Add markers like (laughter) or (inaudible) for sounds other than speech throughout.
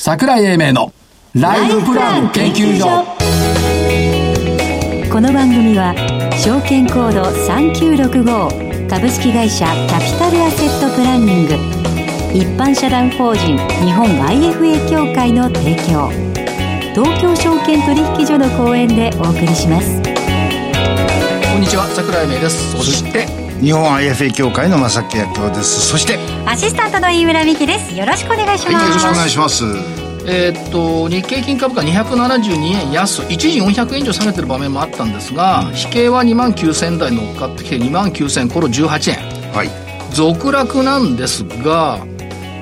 桜井英明のライフプラン研究所この番組は証券コード3965株式会社キャピタルアセットプランニング一般社団法人日本 IFA 協会の提供東京証券取引所の講演でお送りしますこんにちは桜井英明ですそして日本 IFA 協会の正木役夫ですそしてアシスタントの飯村美希ですよろしくお願いします、はいよろお願いしますえーっと日経金株価272円安一時400円以上下げてる場面もあったんですが、引けは2万9000台乗っかってきて2万9000これ18円はい続落なんですが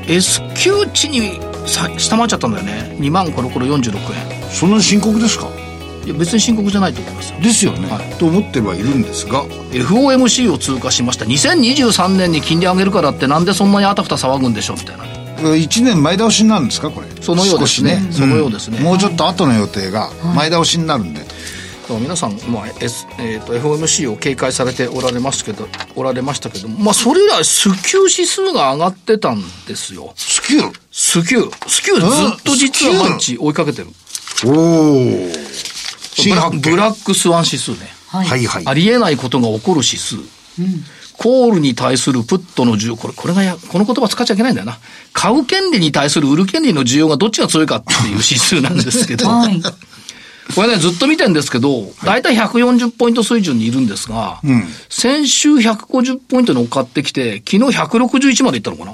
S q 値にさ下回っちゃったんだよね2万コロコロ46円そんなに深刻ですかいや別に深刻じゃないと思いますよですよね、はいと思ってはいるんですが FOMC を通過しました2023年に金利上げるからってなんでそんなにあたふた騒ぐんでしょうみたいなね1年前倒しになるんですかこれそのようですね少しそねのようですねんもうちょっと後の予定が前倒しになるんで、だから皆さん、まあ S えー、と FOMC を警戒されておられますけどおられましたけども、まあ、それ以来スキュー指数が上がってたんですよスキルスキュースキューずっと実は毎日追いかけてるおお新ブラ発見ブラックスワン指数ね、はいはいありえないことが起こる指数、コールに対するプットの需要これこれがやこの言葉使っちゃいけないんだよな買う権利に対する売る権利の需要がどっちが強いかっていう指数なんですけ (laughs) ど、はいこれね、ずっと見てんですけど、だいたい140ポイント水準にいるんですが、先週150ポイントに乗っかってきて、昨日161までいったのかな。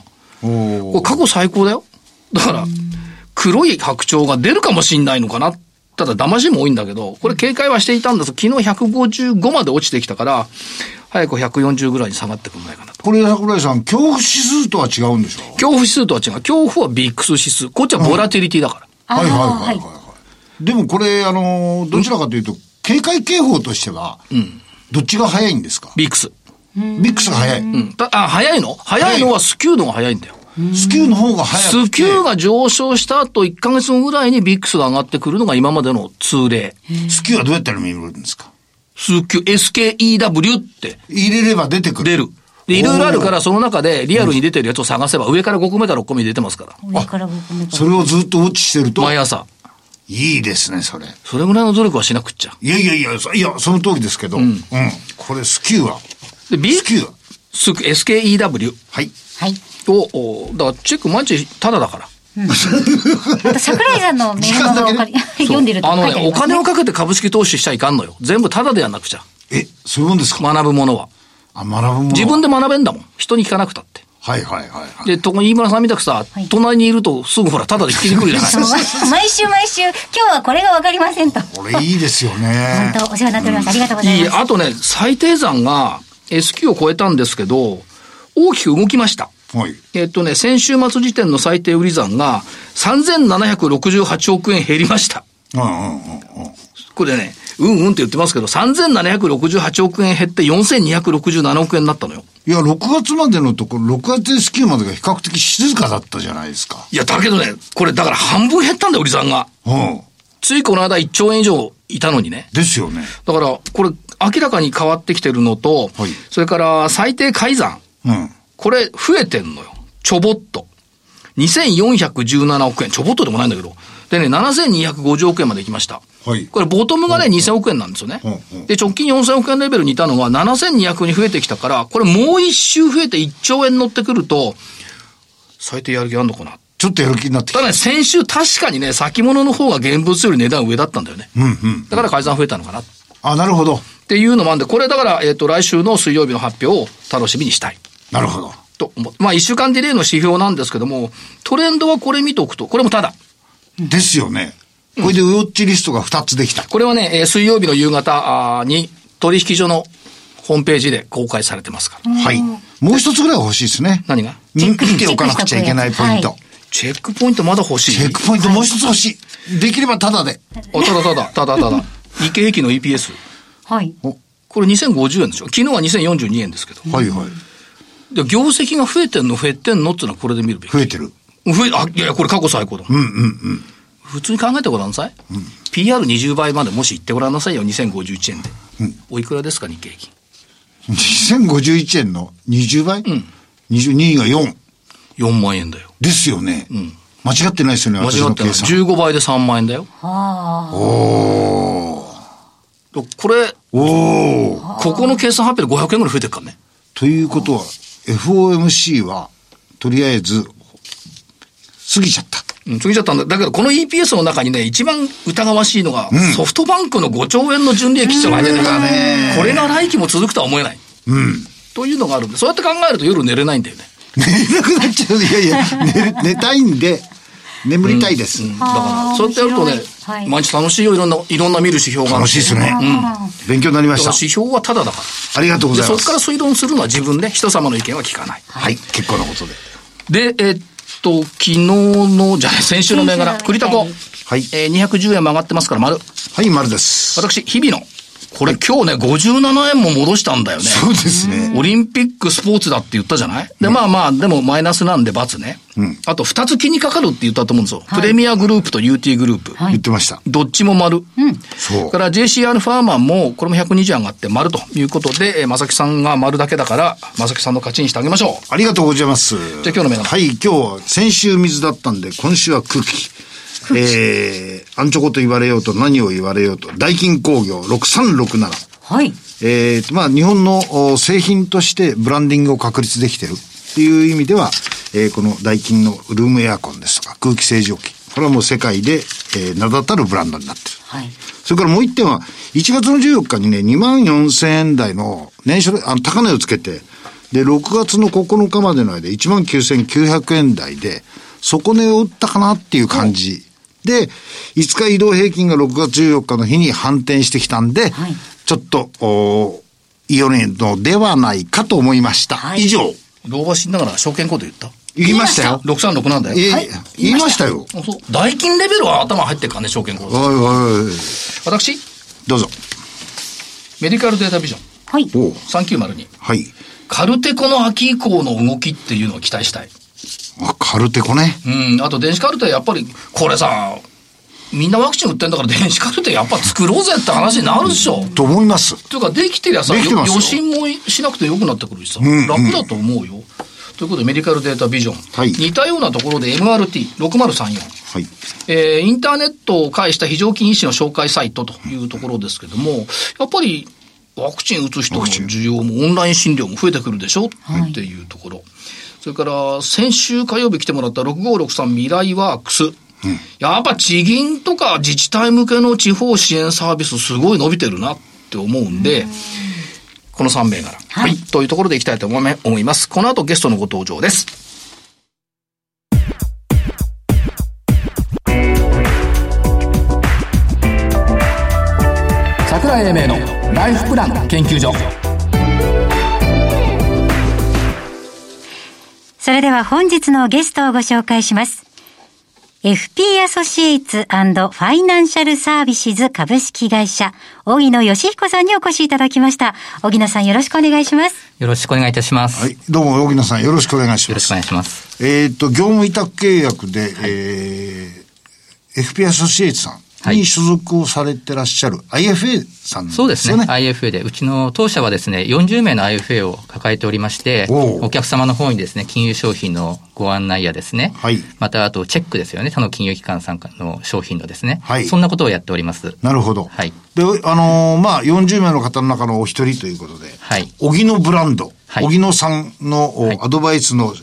これおー過去最高だよ。だから、黒い白鳥が出るかもしんないのかな。ただ、騙しも多いんだけど、これ警戒はしていたんです昨日155まで落ちてきたから、早く140ぐらいに下がってくんないかなと。これ桜井さん恐怖指数とは違うんでしょ恐怖指数とは違う。恐怖はビックス指数。こっちはボラティリティだから。はいはいはいはいはいでもこれあのーどちらかというと警戒警報としては、どっちが早いんですかビックス。ビックスが早い、うん。たあ、早いの早いのはスキューのが早いんだよ。スキューの方が早くてスキューが上昇した後、1ヶ月後ぐらいにビックスが上がってくるのが今までの通例。スキューはどうやったら見るんですかスキュー、SKEW って入れれば出てくる。出る。で、いろいろあるから、その中でリアルに出てるやつを探せば、上から5個目から6個目出てますから。上から僕もそれをずっとウォッチしてると、毎朝。いいですね、それ。それぐらいの努力はしなくっちゃ。いやいやいや、そいや、その通りですけど、うん。これ、スキューは、で、ビスキューは、スキュー SKEW はい。はい。を、おだからチェック毎日タダだから。また桜井さんのメールの方をお借り (laughs) 読んでるとあ書のいてあね、りおます、金ね。をかけて株式投資しちゃいかんのよ。全部タダでやんなくちゃ。え、そういうもんですか、学ぶものは。あ、学ぶもの。自分。で学べんだもん。人に聞かなくたって。はいはいはいはい。で、とこに飯村さんみたくさ、い隣にいるとすぐほら、ただで聞きに来るじゃないそう毎週毎週、今日はこれがわかりませんと。これいいですよね (laughs) 本。当、お世話になっております。ありがとうございいいえます。あとね、最低算が S q を超えたんですけど、大きく動きました。はい。えっとね、先週末時点の最低売り算が3768億円減りました。うんうんうんうん。これね、うんうんって言ってますけど、3768億円減って4267億円になったのよ。いや、6月までのところ、6月でスキューまでが比較的静かだったじゃないですか。いや、だけどね、これだから半分減ったんだよ、売り算が。うん。ついこの間1兆円以上いたのにね。ですよね。だから、これ、明らかに変わってきてるのと、はいそれから、最低改ざん。うん。これ、増えてんのよ。ちょぼっと。2417億円。ちょぼっとでもないんだけど。でね、7250億円まで行きました。はいこれ、ボトムがね、2000億円なんですよねうんうん。で、直近4000億円レベルにいたのが、7200に増えてきたから、これもう一周増えて1兆円乗ってくると、最低やる気あんのかな。ちょっとやる気になってきたた。だね、先週確かにね、先物の方が現物より値段上だったんだよね。うんうん。だから改ざん増えたのかな。あ、なるほど。っていうのもあるんで、これだから、えっ、と、来週の水曜日の発表を楽しみにしたい。なるほど。と思う。まあ、一週間ディレイの指標なんですけども、トレンドはこれ見ておくと、これもただ。ですよね。これでウォッチリストが2つできた。これはね、えー水曜日の夕方あーに、取引所のホームページで公開されてますから。はい。もう一つぐらいは欲しいですね。何が見ておかなくちゃいけないポインはトい。チェックポイントまだ欲しい。チェックポイントもう一つ欲しい。できればタダで。あただただ、ただただ。日経平均の EPS。はい。おこれ2050円でしょ昨日は2042円ですけど。はいはい。で、業績が増えてんの減ってんのっていうのはこれで見るべき。増えてる。増え、あ、いやいや、これ過去最高だ。うんうんうん。普通に考えてごらんなさい。PR20 倍までもし行ってごらんなさいよ、2051円で。おいくらですか、日経平均。 2051円の20倍 ?22 が4。 4万円だよ。ですよね。間違ってないですよね、間私違のってない。計算。 15倍で3万円だよ。おーこれ、おーここの計算発表で500円ぐらい増えてるからね。ということは、FOMC は、とりあえず、過ぎちゃった。うん、過ぎちゃったんだ。だけど、この EPS の中にね、一番疑わしいのが、ソフトバンクの5兆円の純利益っていうのが入ってるからね、これが来期も続くとは思えない。というのがあるんで、そうやって考えると夜寝れないんだよね。寝れなくなっちゃう。いやいや、寝、寝たいんで、眠りたいです。だから、そうやってやるとね面白いは、い毎日楽しいよ、いろんな、いろんな見る指標がある楽んしいですね。勉強になりまだしからた。指標はただだから。ありがとうごで、ざいそまこからす。推論するのは自分で、人様の意見は聞かない。はい、結構なことで。で、えっと、昨日の、じゃない、先週の銘柄、先週の銘柄栗田子。はいえー、210円曲がってますから、丸。はい、丸です。私、日々の。これ今日ね、57円も戻したんだよね。そうですね。オリンピックスポーツだって言ったじゃないで、まあまあ、でもマイナスなんで×ね。あと、二つ気にかかるって言ったと思うんですよ。プレミアグループと UT グループ。はい言ってました。どっちも丸。そうから JCR ファーマンも、これも120円上がって丸ということで、えー正木さんが丸だけだから、正木さんの勝ちにしてあげましょう。ありがとうございます。じゃあ今日の銘柄はい、今日は先週水だったんで、今週は空気。えー、アンチョコと言われようと何を言われようと、大金工業6367。はい。えーと、まあ、日本のお製品としてブランディングを確立できてるっていう意味では、えーこのダイキンのルームエアコンですとか空気清浄機。これはもう世界で、えー名だたるブランドになってる。はい。それからもう一点は、1月の14日にね、2万4千円台の年初で、あの、高値をつけて、で、6月の9日までの間、1万9900円台で、底値を打ったかなっていう感じ。で、5日移動平均が6月14日の日に反転してきたんで、はいちょっと、おーイオネのではないかと思いました。はい以上、老婆死んだから証券コード言った言いましたよ。 ?636 なんだえよ。ー言いましたよ。あそう大金レベルは頭入ってるからね、証券コード。おいおいおい、私、どうぞ。メディカルデータビジョンはい。おう3902。はい。カルテコの秋以降の動きっていうのを期待したい。あ、カルテコね。うん、あと電子カルテやっぱり、これさ、みんなワクチン打ってんだから電子カルテやっぱ作ろうぜって話になるでしょ。と思います。というか、できてりゃさ、でよきてますよ予診もしなくてよくなってくるしさ、んうん楽だと思うよ。ということで、メディカルデータビジョン。はい似たようなところで MRT6034。はい。えーインターネットを介した非常勤医師の紹介サイトというところですけども、やっぱりワクチン打つ人の需要もオンライン診療も増えてくるでしょっていうところ。それから、先週火曜日来てもらった6563未来ワークス。やっぱ地銀とか自治体向けの地方支援サービスすごい伸びてるなって思うんで、この3名柄。はい。というところでいきたいと思い思います。この後ゲストのご登場です。桜井英明のライフプラン研究所それでは本日のゲストをご紹介します。FP アソシエイツファイナンシャルサービスズ株式会社、荻野義彦さんにお越しいただきました。荻野さんよろしくお願いします。よろしくお願いいたします。はよい。どうも、荻野さん、よろしくお願いしまろしくおす。願いします。えっと、業務委託契約で、えー、FP アソシエイツさんはいに所属をされてらっしゃる IFA さんですそようね。ですね。IFA で、うちの当社はですね、40名の IFA を抱えておりまして、おうお客様の方にですね、金融商品のご案内やですね、はいまたあとチェックですよね、他の金融機関さんからの商品のですね、はいそんなことをやっております。なるほど。はいで、あのーまあ、40名の方の中のお一人ということで、はい荻野ブランド、はい荻野さんの、おはいアドバイスの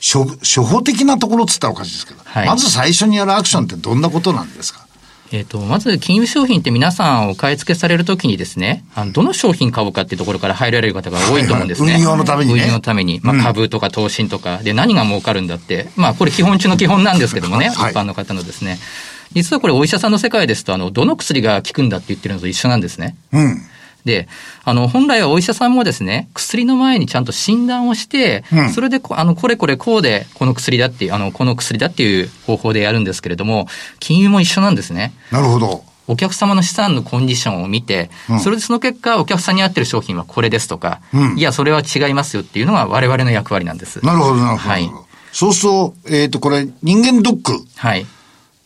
処処方的なところって言ったらおかしいですけど、はいまず最初にやるアクションってどんなことなんですかえっ、と、まず金融商品って皆さんお買い付けされるときにですね、あのどの商品買おうかっていうところから入られる方が多いと思うんです (laughs) ね。はいはい運用のためにね運用のために。まあ、株とか投信とか、で何が儲かるんだって。まあ、これ基本中の基本なんですけどもね、はい一般の方のですね。実はこれお医者さんの世界ですと、あの、どの薬が効くんだって言ってるのと一緒なんですね。うん。で、あの、本来はお医者さんもですね、薬の前にちゃんと診断をして、うんそれでこ、あの、これこれこうで、この薬だっていう、あの、この薬だっていう方法でやるんですけれども、金融も一緒なんですね。なるほど。お客様の資産のコンディションを見て、うんそれでその結果、お客さんに合ってる商品はこれですとか、うんいや、それは違いますよっていうのが我々の役割なんです。なるほど、なるほど。はい。そうすると、えっ、と、これ、人間ドック。はい。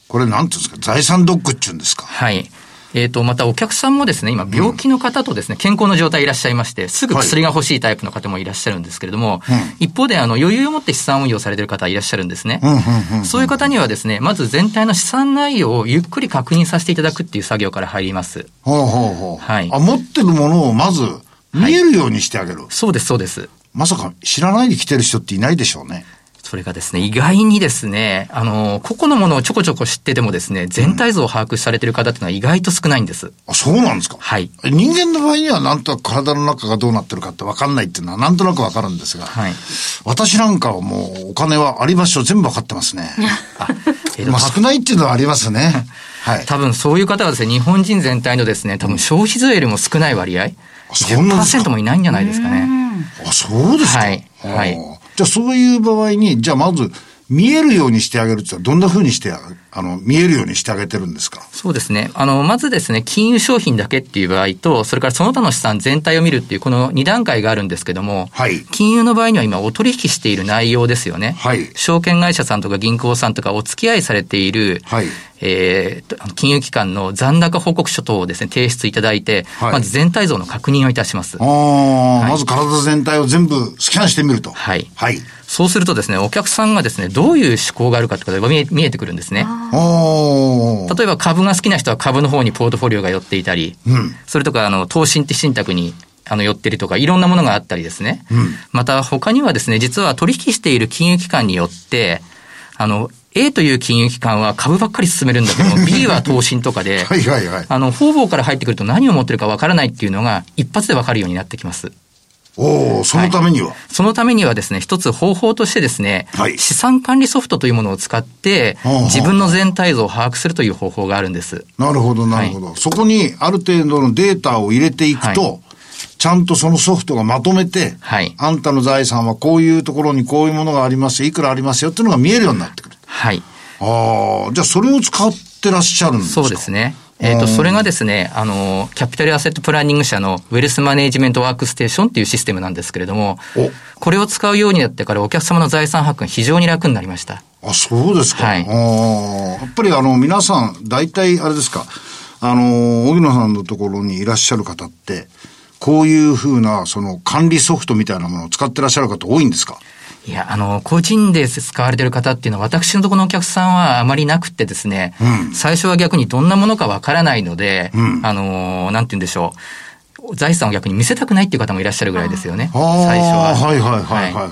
これ、なんていうんですか、財産ドックっていうんですか。はい。えっ、と、またお客さんもですね、今、病気の方とですね、健康の状態いらっしゃいまして、すぐ薬が欲しいタイプの方もいらっしゃるんですけれども、一方で、あの、余裕を持って資産運用されてる方いらっしゃるんですね。そういう方にはですね、まず全体の資産内容をゆっくり確認させていただくっていう作業から入ります。ほうほうほう。はいあ、持ってるものをまず、見えるようにしてあげる。そうです、そうです。まさか知らないで来てる人っていないでしょうね。それがですね、意外にですね、あの、個々のものをちょこちょこ知っててもですね、全体像を把握されてる方っていうのは意外と少ないんです。あ、そうなんですか。はい。人間の場合にはなんとなく体の中がどうなってるかって分かんないっていうのはなんとなく分かるんですが、はい私なんかはもうお金はあり場所全部分かってますね。あ、 (laughs) えっとまあ少ないっていうのはありますね。 (laughs) はい。多分そういう方はですね、日本人全体のですね、多分消費税よりも少ない割合、そんなですか10%もいないんじゃないですかね。あ、そうですか。はいあーはいじゃあそういう場合に、じゃあまず見えるようにしてあげるってのはどんな風にしてあ、あの、見えるようにしてあげてるんですかそうですね。あの、まずですね、金融商品だけっていう場合と、それからその他の資産全体を見るっていう、この2段階があるんですけども、はい金融の場合には今お取引している内容ですよね。はい証券会社さんとか銀行さんとかお付き合いされている、はいえーとあの金融機関の残高報告書等をですね、提出いただいて、はいまず全体像の確認をいたしますああ。、まず体全体を全部スキャンしてみると。はいはい。そうするとですね、お客さんがですね、どういう思考があるかってことが見え見えてくるんですね。ああ。例えば株が好きな人は株の方にポートフォリオが寄っていたり、うんそれとか、あの、投資って信託に、あの、寄ってるとか、いろんなものがあったりですね。んまた、他にはですね、実は取引している金融機関によって、あの、A という金融機関は株ばっかり進めるんだけども、B は投信とかで、はいはいはい。あの、方々から入ってくると何を持ってるかわからないっていうのが、一発でわかるようになってきます。おお、そのためには。そのためにはですね、一つ方法としてですね、はい資産管理ソフトというものを使ってほうほう、自分の全体像を把握するという方法があるんです。なるほど、なるほど。そこにある程度のデータを入れていくと、はちゃんとそのソフトがまとめて、はいあんたの財産はこういうところにこういうものがありますよ、いくらありますよっていうのが見えるようになってくる。はい。ああ、じゃあそれを使ってらっしゃるんですかそうです。ね。えっ、と、それがですね、あの、キャピタルアセットプランニング社のウェルスマネージメントワークステーションっていうシステムなんですけれどもお、これを使うようになってからお客様の財産把握が非常に楽になりました。あ、そうですか。はいあーやっぱりあの、皆さん、大体あれですか、あの、荻野さんのところにいらっしゃる方って、こういうふうな、その管理ソフトみたいなものを使ってらっしゃる方多いんですかいや、あの、個人で使われている方っていうのは、私のところのお客さんはあまりなくってですね、最初は逆にどんなものかわからないので、あの、なんて言うんでしょう。財産を逆に見せたくないっていう方もいらっしゃるぐらいですよね。最初あは。あはいはいはいはいははい。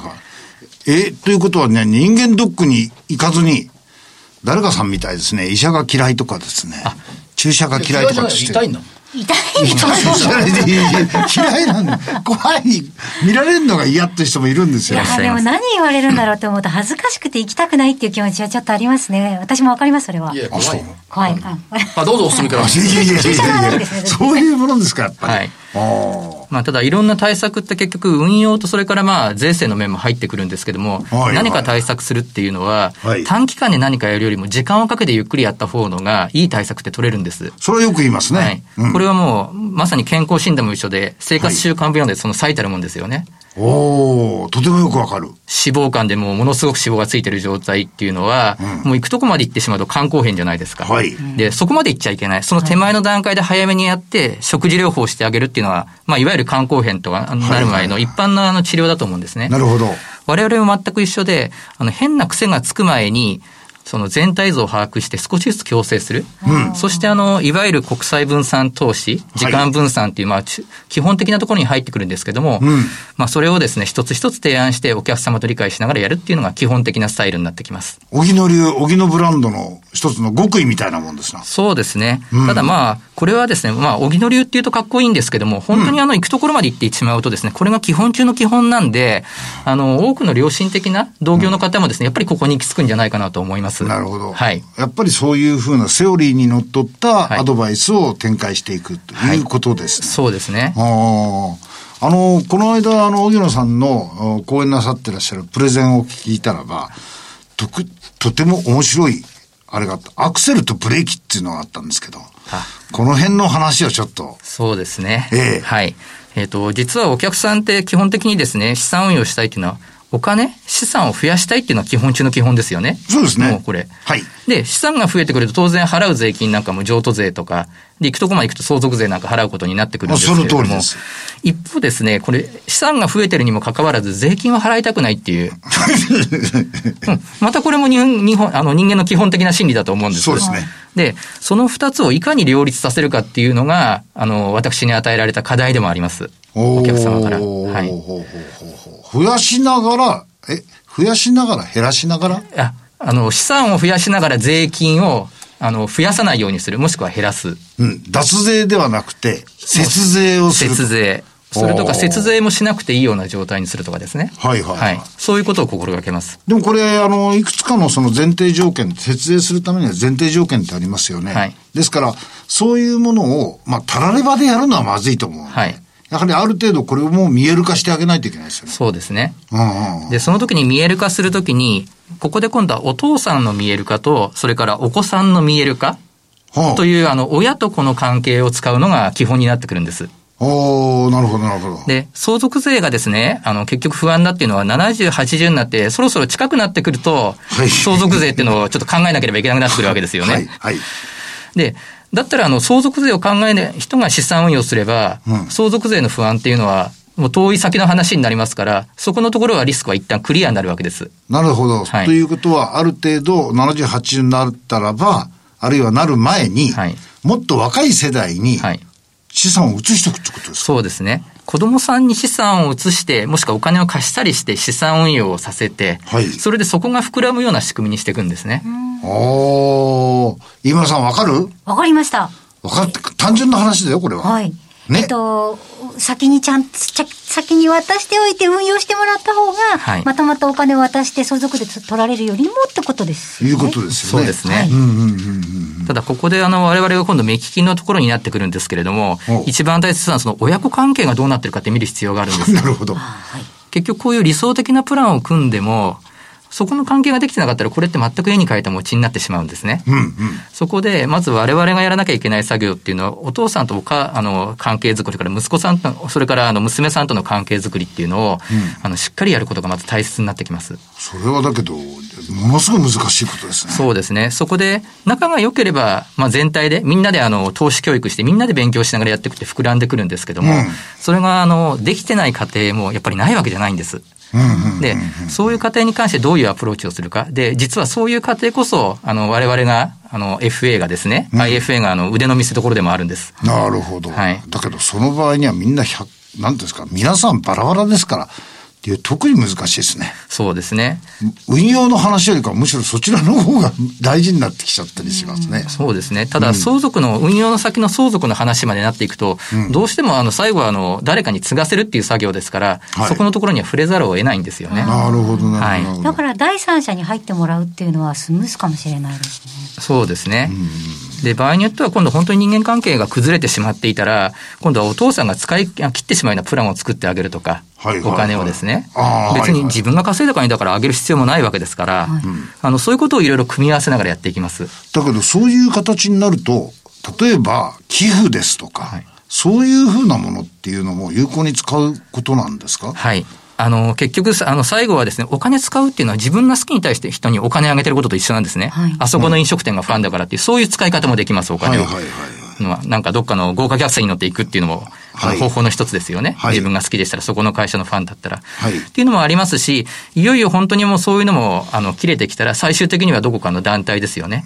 え、ということはね、人間ドックに行かずに、誰かさんみたいですね、医者が嫌いとかですね、注射が嫌いとかってして。痛いんだもん。痛い人も嫌いでいや嫌いなんだ。怖い。見られるのが嫌って人もいるんですいよや。あでも何言われるんだろうって思うと恥ずかしくて行きたくないっていう気持ちはちょっとありますね。私もわかります、それは。いや、あ、そ怖う。いい。怖い。うんあ、どうぞお進みくだやさい。いやいや注射がいダメやいでやすねそういうものですか、やっぱり。はいあーまあ、ただいろんな対策って結局運用とそれからまあ税制の面も入ってくるんですけども、はいはい何か対策するっていうのは、はい短期間で何かやるよりも時間をかけてゆっくりやった方のがいい対策って取れるんです。それはよく言いますはねい。うんこれはもう、まさに健康診断も一緒で、生活習慣病なんでその最たるもんですよね。おおとてもよくわかる。脂肪肝でもうものすごく脂肪がついてる状態っていうのは、もう行くとこまで行ってしまうと肝硬変じゃないですか。はいで、そこまで行っちゃいけない。その手前の段階で早めにやって、食事療法をしてあげるっていうのは、まあ、いわゆる肝硬変とかあのなる前の一般のあの治療だと思うんですね。なるほど。我々も全く一緒で、あの、変な癖がつく前に、その全体像を把握して少しずつ強制する。そしてあの、いわゆる国際分散投資、時間分散っていう、まあ、ちゅ基本的なところに入ってくるんですけども、まあ、それをですね、一つ一つ提案してお客様と理解しながらやるっていうのが基本的なスタイルになってきます。小木の流、小木のブランドの一つの極意みたいなもんですな。そうですね。ただまあ、これはですね、まあ、小木の流っていうとかっこいいんですけども、本当にあの、行くところまで行ってしまうとですね、これが基本中の基本なんで、あの、多くの良心的な同業の方もですね、やっぱりここに行き着くんじゃないかなと思います。なるほど。はい。やっぱりそういうふうなセオリーにのっとったはいアドバイスを展開していくということですね。そうですね。あーあの、この間、あの、荻野さんのお講演なさってらっしゃるプレゼンを聞いたらば、とく、とても面白い、あれがあった。アクセルとブレーキっていうのがあったんですけど、この辺の話をちょっと、そうですね。ええはい。えっ、と、実はお客さんって基本的にですね、資産運用したいっていうのは、お金、資産を増やしたいっていうのは基本中の基本ですよね。そうですねもうこれ。はいで、資産が増えてくると当然払う税金なんかも譲渡税とか、で、行くとこまで行くと相続税なんか払うことになってくるんですけれどあそも。の通りです一方ですね、これ、資産が増えてるにもかかわらず税金は払いたくないっ (laughs) ていう。うん、またこれも日本日本あの人間の基本的な心理だと思うんですそうですね。で、その二つをいかに両立させるかっていうのが、あの、私に与えられた課題でもあります。お客様から。おーはい。ほうほうほうほう増やしながら、え、増やしながら減らしながらああの、資産を増やしながら税金を、あの、増やさないようにする、もしくは減らす。うん。脱税ではなくて、節税をする。節税。それとおか、ー節税もしなくていいような状態にするとかですね。はいはいはいそういうことを心がけます。でもこれ、あの、いくつかのその前提条件、節税するためには前提条件ってありますよね。はいですから、そういうものを、まあ、たらればでやるのはまずいと思う。はい。やはりある程度これをもう見える化してあげないといけないですよね。そうですね。うんうんうん。で、その時に見える化するときに、ここで今度はお父さんの見える化と、それからお子さんの見える化はあという、あの、親と子の関係を使うのが基本になってくるんです。おーなるほど、なるほど。で、相続税がですね、あの、結局不安だっていうのは70、80になって、そろそろ近くなってくると、はい相続税っていうのをちょっと考えなければいけなくなってくるわけですよね。はい、はい。で、だったら、あの、相続税を考えない人が資産運用すれば、うん相続税の不安っていうのは、もう遠い先の話になりますから、そこのところはリスクは一旦クリアになるわけです。なるほど。はいということは、ある程度、70、80になったらば、あるいはなる前に、はいもっと若い世代にはい。資産を移していくってことですか、そうですね。子供さんに資産を移して、もしくはお金を貸したりして資産運用をさせて、はいそれでそこが膨らむような仕組みにしていくんですね。おー飯村さんわかるわかりました。分かって、単純な話だよ、これは。はい。ねえっと、先にちゃん、ちゃ先に渡しておいて運用してもらった方が、はいまとまったお金を渡して相続で取られるよりもってことです、いうことですそようね。ですね。ただここであの我々が今度目利きのところになってくるんですけれどもおう、一番大切なのはその親子関係がどうなってるかって見る必要があるんです。なるほど。結局こういう理想的なプランを組んでも、そこの関係ができてなかったらこれって全く絵に描いた餅になってしまうんですね。うんうん。そこで、まず我々がやらなきゃいけない作業っていうのは、お父さんとおか、あの、関係づくりから、息子さんと、それから、あの、娘さんとの関係づくりっていうのを、あの、しっかりやることがまず大切になってきます。それはだけど、ものすごい難しいことですね。そうですね。そこで、仲が良ければ、まあ、全体で、みんなで、あの、投資教育して、みんなで勉強しながらやっていくって膨らんでくるんですけども、うんそれが、あの、できてない家庭も、やっぱりないわけじゃないんです。うんうん。で、そういう家庭に関してどういうアプローチをするか。で、実はそういう家庭こそ、あの、我々が、あの、FA がですね、IFA が、あの、腕の見せ所でもあるんです。なるほど。はいだけど、その場合にはみんな100、なんていうんですか、皆さんバラバラですから、っていう特に難しいですね。そうですね。運用の話よりかはむしろそちらの方が大事になってきちゃったりしますね。そうですね。ただ、相続の、運用の先の相続の話までなっていくと、どうしても、あの、最後は、あの、誰かに継がせるっていう作業ですから、はいそこのところには触れざるを得ないんですよね。なるほど、なるほど。だから第三者に入ってもらうっていうのはスムースかもしれないですね。そうですね。で、場合によっては今度本当に人間関係が崩れてしまっていたら、今度はお父さんが使い切ってしまうようなプランを作ってあげるとか、はいはいお金をですねあー。別はいはいに自分が稼いだ金だからあげる必要もないわけですから、あの、そういうことをいろいろ組み合わせながらやっていきます。だけど、そういう形になると、例えば、寄付ですとか、はいそういうふうなものっていうのも有効に使うことなんですかはい。あの、結局さ、あの、最後はですね、お金使うっていうのは自分が好きに対して人にお金あげてることと一緒なんですね。はいあそこの飲食店がファンだからっていう、そういう使い方もできます、おはい金はを。いはいはい。のは、なんかどっかの豪華客船に乗っていくっていうのも、あのはい方法の一つですよね。はい自分が好きでしたら、そこの会社のファンだったら。はいっていうのもありますし、いよいよ本当にもうそういうのも、あの、切れてきたら、最終的にはどこかの団体ですよね。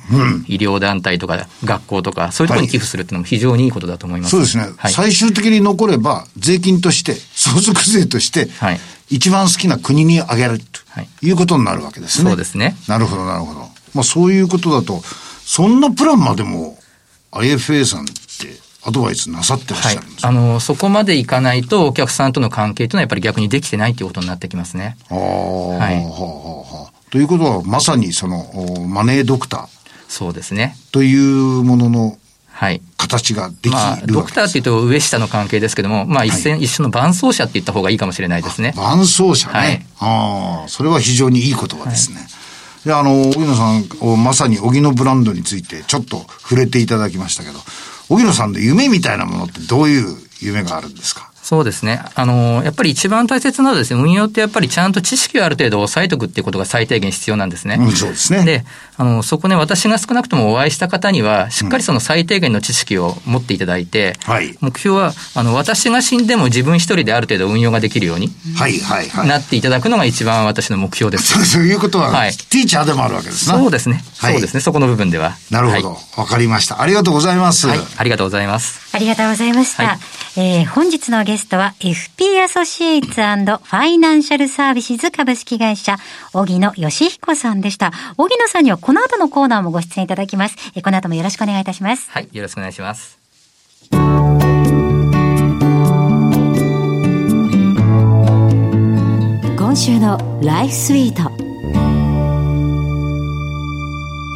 医療団体とか、学校とか、そういうところに寄付するっていうのも非常にいいことだと思います。そうですね、はい。最終的に残れば、税金として、相続税として、はい一番好きな国にあげるはいということになるわけですね。そうですね。なるほど、なるほど。まあ、そういうことだと、そんなプランまでも、IFA さんってアドバイスなさってらっはしいゃるんですか、あの、そこまでいかないと、お客さんとの関係というのはやっぱり逆にできてないということになってきますね。ああ、はあいはあはあということは、まさにその、おマネードクターそうですね。というもののはい。形ができるまわあ、けです、ドクターっていうと上下の関係ですけども、まあ、一線、一緒の伴走者って言った方がいいかもしれないですね。伴走者ね。はいああ、それは非常にいい言葉ですね。で、あの、荻野さんをまさに荻野ブランドについてちょっと触れていただきましたけど、荻野さんの夢みたいなものってどういう夢があるんですかそうですね。あの、やっぱり一番大切なのはですね、運用ってやっぱりちゃんと知識をある程度押さえておくっていうことが最低限必要なんですね。うんそうですねで、あの、そこね、私が少なくともお会いした方には、しっかりその最低限の知識を持っていただいて、はい目標は、あの、私が死んでも自分一人である程度運用ができるようにはいはいはい。なっていただくのが一番私の目標です。 (laughs) そうそういうことは、はいティーチャーでもあるわけですな。そうですね。はいそうですね。そこの部分では。なるほど。わは、かりました。ありがとうございます。い。はい。ありがとうございます。ありがとうございました。はいえー本日のゲストは FP アソシエイツファイナンシャルサービスズ株式会社、荻野義彦さんでした。荻野さんにはこの後のコーナーもご出演いただきます。えーこの後もよろしくお願いいたします。はい。よろしくお願いします。今週のライフスイート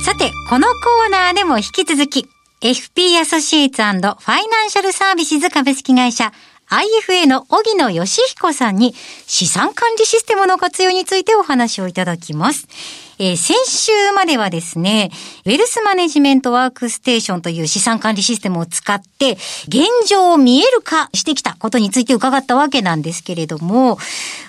さて、このコーナーでも引き続き、FP アソシエイツファイナンシャルサービスズ株式会社、IFA の荻野義彦さんに資産管理システムの活用についてお話をいただきます。えー先週まではですね、ウェルスマネジメントワークステーションという資産管理システムを使って、現状を見える化してきたことについて伺ったわけなんですけれども、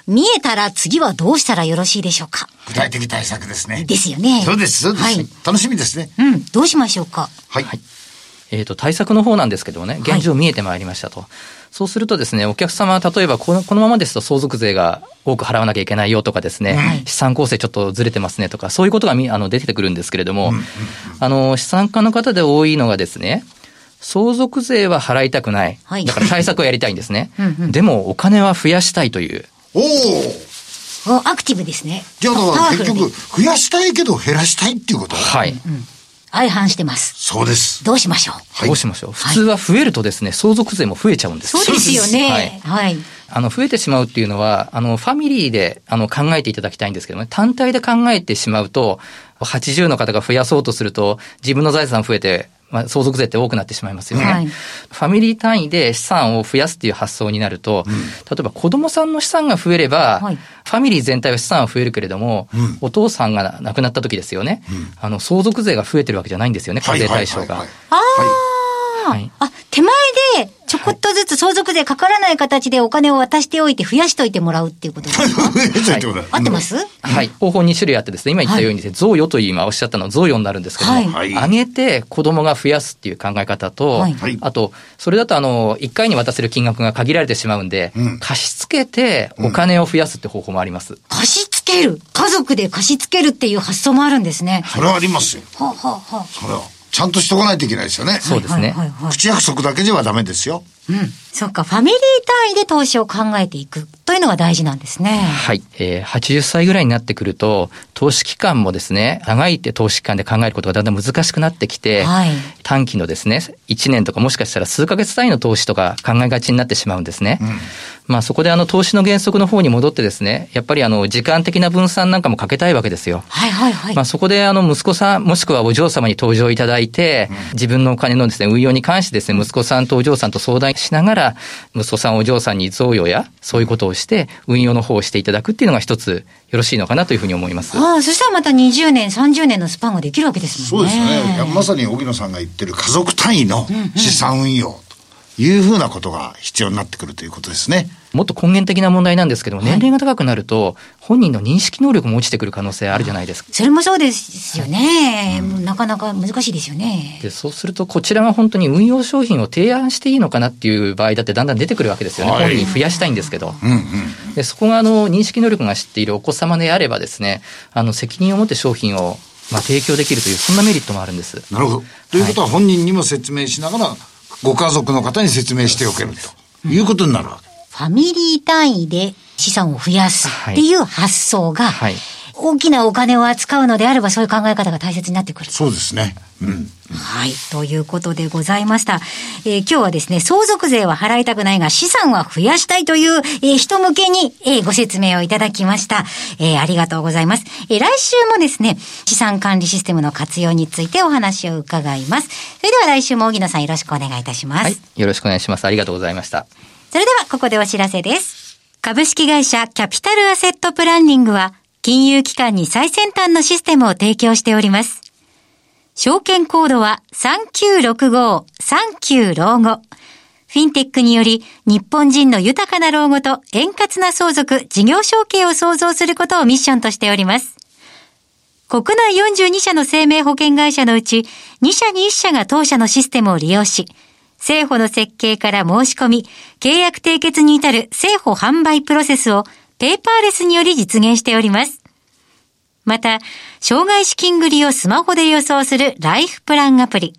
見えたら次はどうしたらよろしいでしょうか具体的対策ですね。ですよね。そうです、そうです。はい。楽しみですね。うん、どうしましょうか。はい。えー、と対策の方なんですけどもね、現状見えてまいりましたと、そうするとですね、お客様、例えばこのこのままですと相続税が多く払わなきゃいけないよとかですね、資産構成ちょっとずれてますねとか、そういうことがみあの出てくるんですけれども、あの資産家の方で多いのがですね、相続税は払いたくない、はいだから対策をやりたいんですね、 (laughs) うんうんでもお金は増やしたいという、おお。おアクティブですね。じゃあだパからワフル結で局、増やしたいけど減らしたいっていうことはい、相反してます。そうです。どうしましょう。はいどうしましょう、普通は増えるとですね、相続税も増えちゃうんです。そうですよはいね。はい。あの、増えてしまうっていうのは、あの、ファミリーで、あの、考えていただきたいんですけどもね、単体で考えてしまうと、80の方が増やそうとすると、自分の財産増えて、まあ、相続税って多くなってしまいますよね。はいファミリー単位で資産を増やすっていう発想になると、例えば子供さんの資産が増えれば、はいファミリー全体は資産は増えるけれども、お父さんが亡くなった時ですよね、あの、相続税が増えてるわけじゃないんですよね、課税対は象が。いはいはいはいああ、はいあ、手前で、ちょこっとずつ相続税かからない形でお金を渡しておいて増やしといてもらうっていうことですか増えてるってことだ合ってます、はい。方法2種類あってですね、今言ったようにですね、贈与という今おっしゃったのは贈与になるんですけども、はいはい上げて子供が増やすっていう考え方と、はいはいあと、それだとあの、1回に渡せる金額が限られてしまうんで、うん貸し付けてお金を増やすって方法もあります。貸し付ける。家族で貸し付けるっていう発想もあるんですね。それはありますよ。はあ、はあはあ、それは。ちゃんとしとかないといけないですよね。そうですねはいはいはいはい口約束だけではダメですよ。うん。そっか、ファミリー単位で投資を考えていくというのが大事なんですね。はい。えー、80歳ぐらいになってくると、投資期間もですね、長いって投資期間で考えることがだんだん難しくなってきて、はい短期のですね、1年とかもしかしたら数ヶ月単位の投資とか考えがちになってしまうんですね。まあそこであの投資の原則の方に戻ってですね、やっぱりあの時間的な分散なんかもかけたいわけですよ。はいはいはい。まあそこであの息子さんもしくはお嬢様に登場いただいて、自分のお金のですね、運用に関してですね、息子さんとお嬢さんと相談しながら、息子さんお嬢さんに贈与やそういうことをして、運用の方をしていただくっていうのが一つよろしいのかなというふうに思います。ああ、そしたらまた20年、30年のスパンができるわけですそもうんでね。すね。いやまさに荻野さんが言ってる家族単位の資産運用というふうなことが必要になってくるということですね。もっと根源的な問題なんですけども、年齢が高くなると、本人の認識能力も落ちてくる可能性あるじゃないですか。それもそうですよね。もうなかなか難しいですよね。でそうすると、こちらが本当に運用商品を提案していいのかなっていう場合だってだんだん出てくるわけですよね。はい本人増やしたいんですけど。うんうん。でそこがあの認識能力が知っているお子様であればですね、あの責任を持って商品をまあ提供できるという、そんなメリットもあるんです。なるほど。ということは本人にも説明しながら、ご家族の方に説明しておけるということになるわけ。ファミリー単位で資産を増やすはいっていう発想が、はい大きなお金を扱うのであればそういう考え方が大切になってくる。そうですね。うん。はい。ということでございました。えー今日はですね、相続税は払いたくないが資産は増やしたいという、えー人向けに、えーご説明をいただきました。えーありがとうございます。えー来週もですね、資産管理システムの活用についてお話を伺います。それでは来週も荻野さんよろしくお願いいたします。はい。よろしくお願いします。ありがとうございました。それではここでお知らせです。株式会社キャピタルアセットプランニングは金融機関に最先端のシステムを提供しております。証券コードは3965-39老後。フィンテックにより、日本人の豊かな老後と円滑な相続、事業承継を創造することをミッションとしております。国内42社の生命保険会社のうち、2社に1社が当社のシステムを利用し、政府の設計から申し込み、契約締結に至る政府販売プロセスをペーパーレスにより実現しております。また、障害資金繰りをスマホで予想するライフプランアプリ、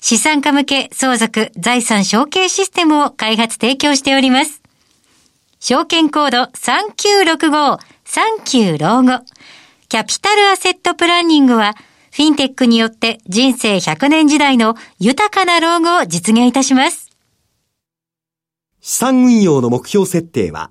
資産家向け相続財産承継システムを開発提供しております。証券コード3965、39老後。キャピタルアセットプランニングは、フィンテックによって人生100年時代の豊かな老後を実現いたします。資産運用の目標設定は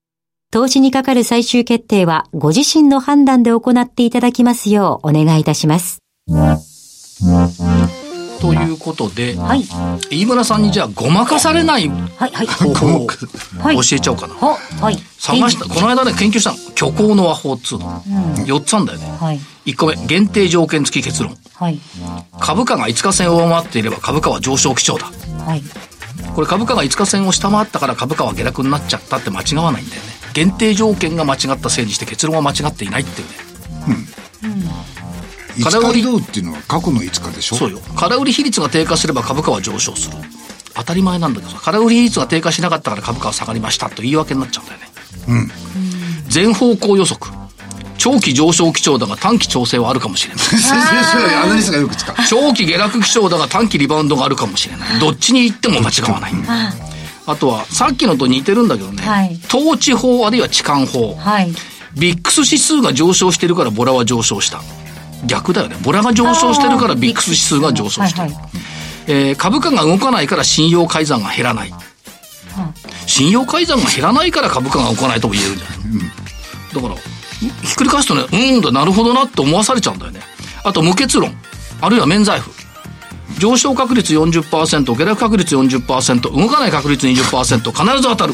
投資にかかる最終決定は、ご自身の判断で行っていただきますようお願いいたします。ということで、はい。飯村さんにじゃあごまかされないはい、はい。方法をはい教えちゃおうかな。は、はい。探した、この間ね、研究したの。虚構の和法っつうの。4つあんだよね。はい。 1個目、限定条件付き結論。はい。株価が5日線を上回っていれば株価は上昇基調だ。はい。これ株価が5日線を下回ったから株価は下落になっちゃったって間違わないんだよね。限定条件が間違ったせいにして結論は間違っていないっていうね。 5日移動っていうのは過去の5日でしょそうよ。空売り比率が低下すれば株価は上昇する。当たり前なんだけどさ、空売り比率が低下しなかったから株価は下がりましたと言い訳になっちゃうんだよね。全方向予測。長期上昇基調だが短期調整はあるかもしれない。先生それアナリストがよく使う長期下落基調だが短期リバウンドがあるかもしれない。どっちに行っても間違わない。あとは、さっきのと似てるんだけどね、はい統治法あるいは痴漢法。はい。ビックス指数が上昇してるからボラは上昇した。逆だよね。ボラが上昇してるからビックス指数が上昇してる。はいえー株価が動かないから信用改ざんが減らない。信用改ざんが減らないから株価が動かないとも言えるんじゃない、だから、うひっくり返すとね、うーんだ、なるほどなって思わされちゃうんだよね。あと、無血論。あるいは免罪符。上昇確率40%、下落確率40%、動かない確率20%、必ず当たる。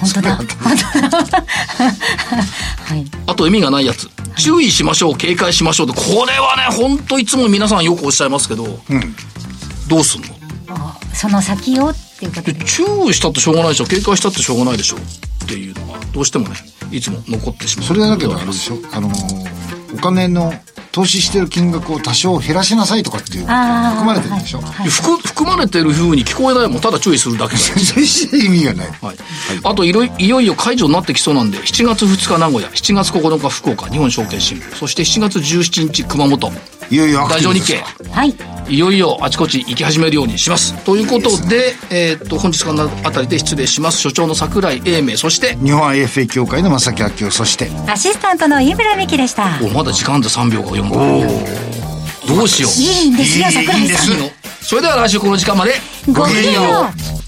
本当だ。本当だ。はい。あと意味がないやつ。注意しましょう、警戒しましょうと。これはね、ほんといつも皆さんよくおっしゃいますけど、どうすんのその先をっていうこでとで。注意したってしょうがないでしょ警戒したってしょうがないでしょっていうのがどうしてもねいつも残ってしまうそれだけどあれでしょあのーお金の投資してる金額を多少減らしなさいとかっていうあー含まれてるんでしょ、いや含含まれてるふうに聞こえないもんただ注意するだけだよ全然意味がないはい、あといろいいよいよ解除になってきそうなんで7月2日名古屋7月9日福岡日本証券新聞そして7月17日熊本いよいよアク大ティ乗ブで日す経はい。いよいよあちこち行き始めるようにしますということでえーっと本日このあたりで失礼します所長の櫻井英明そして日本 IFA 協会の正木明夫そしてアシスタントの飯村美樹でした。おまだ時間で3秒が4秒どうしよういいんですよ、桜井さん。いいのそれでは来週この時間までごきげんよう。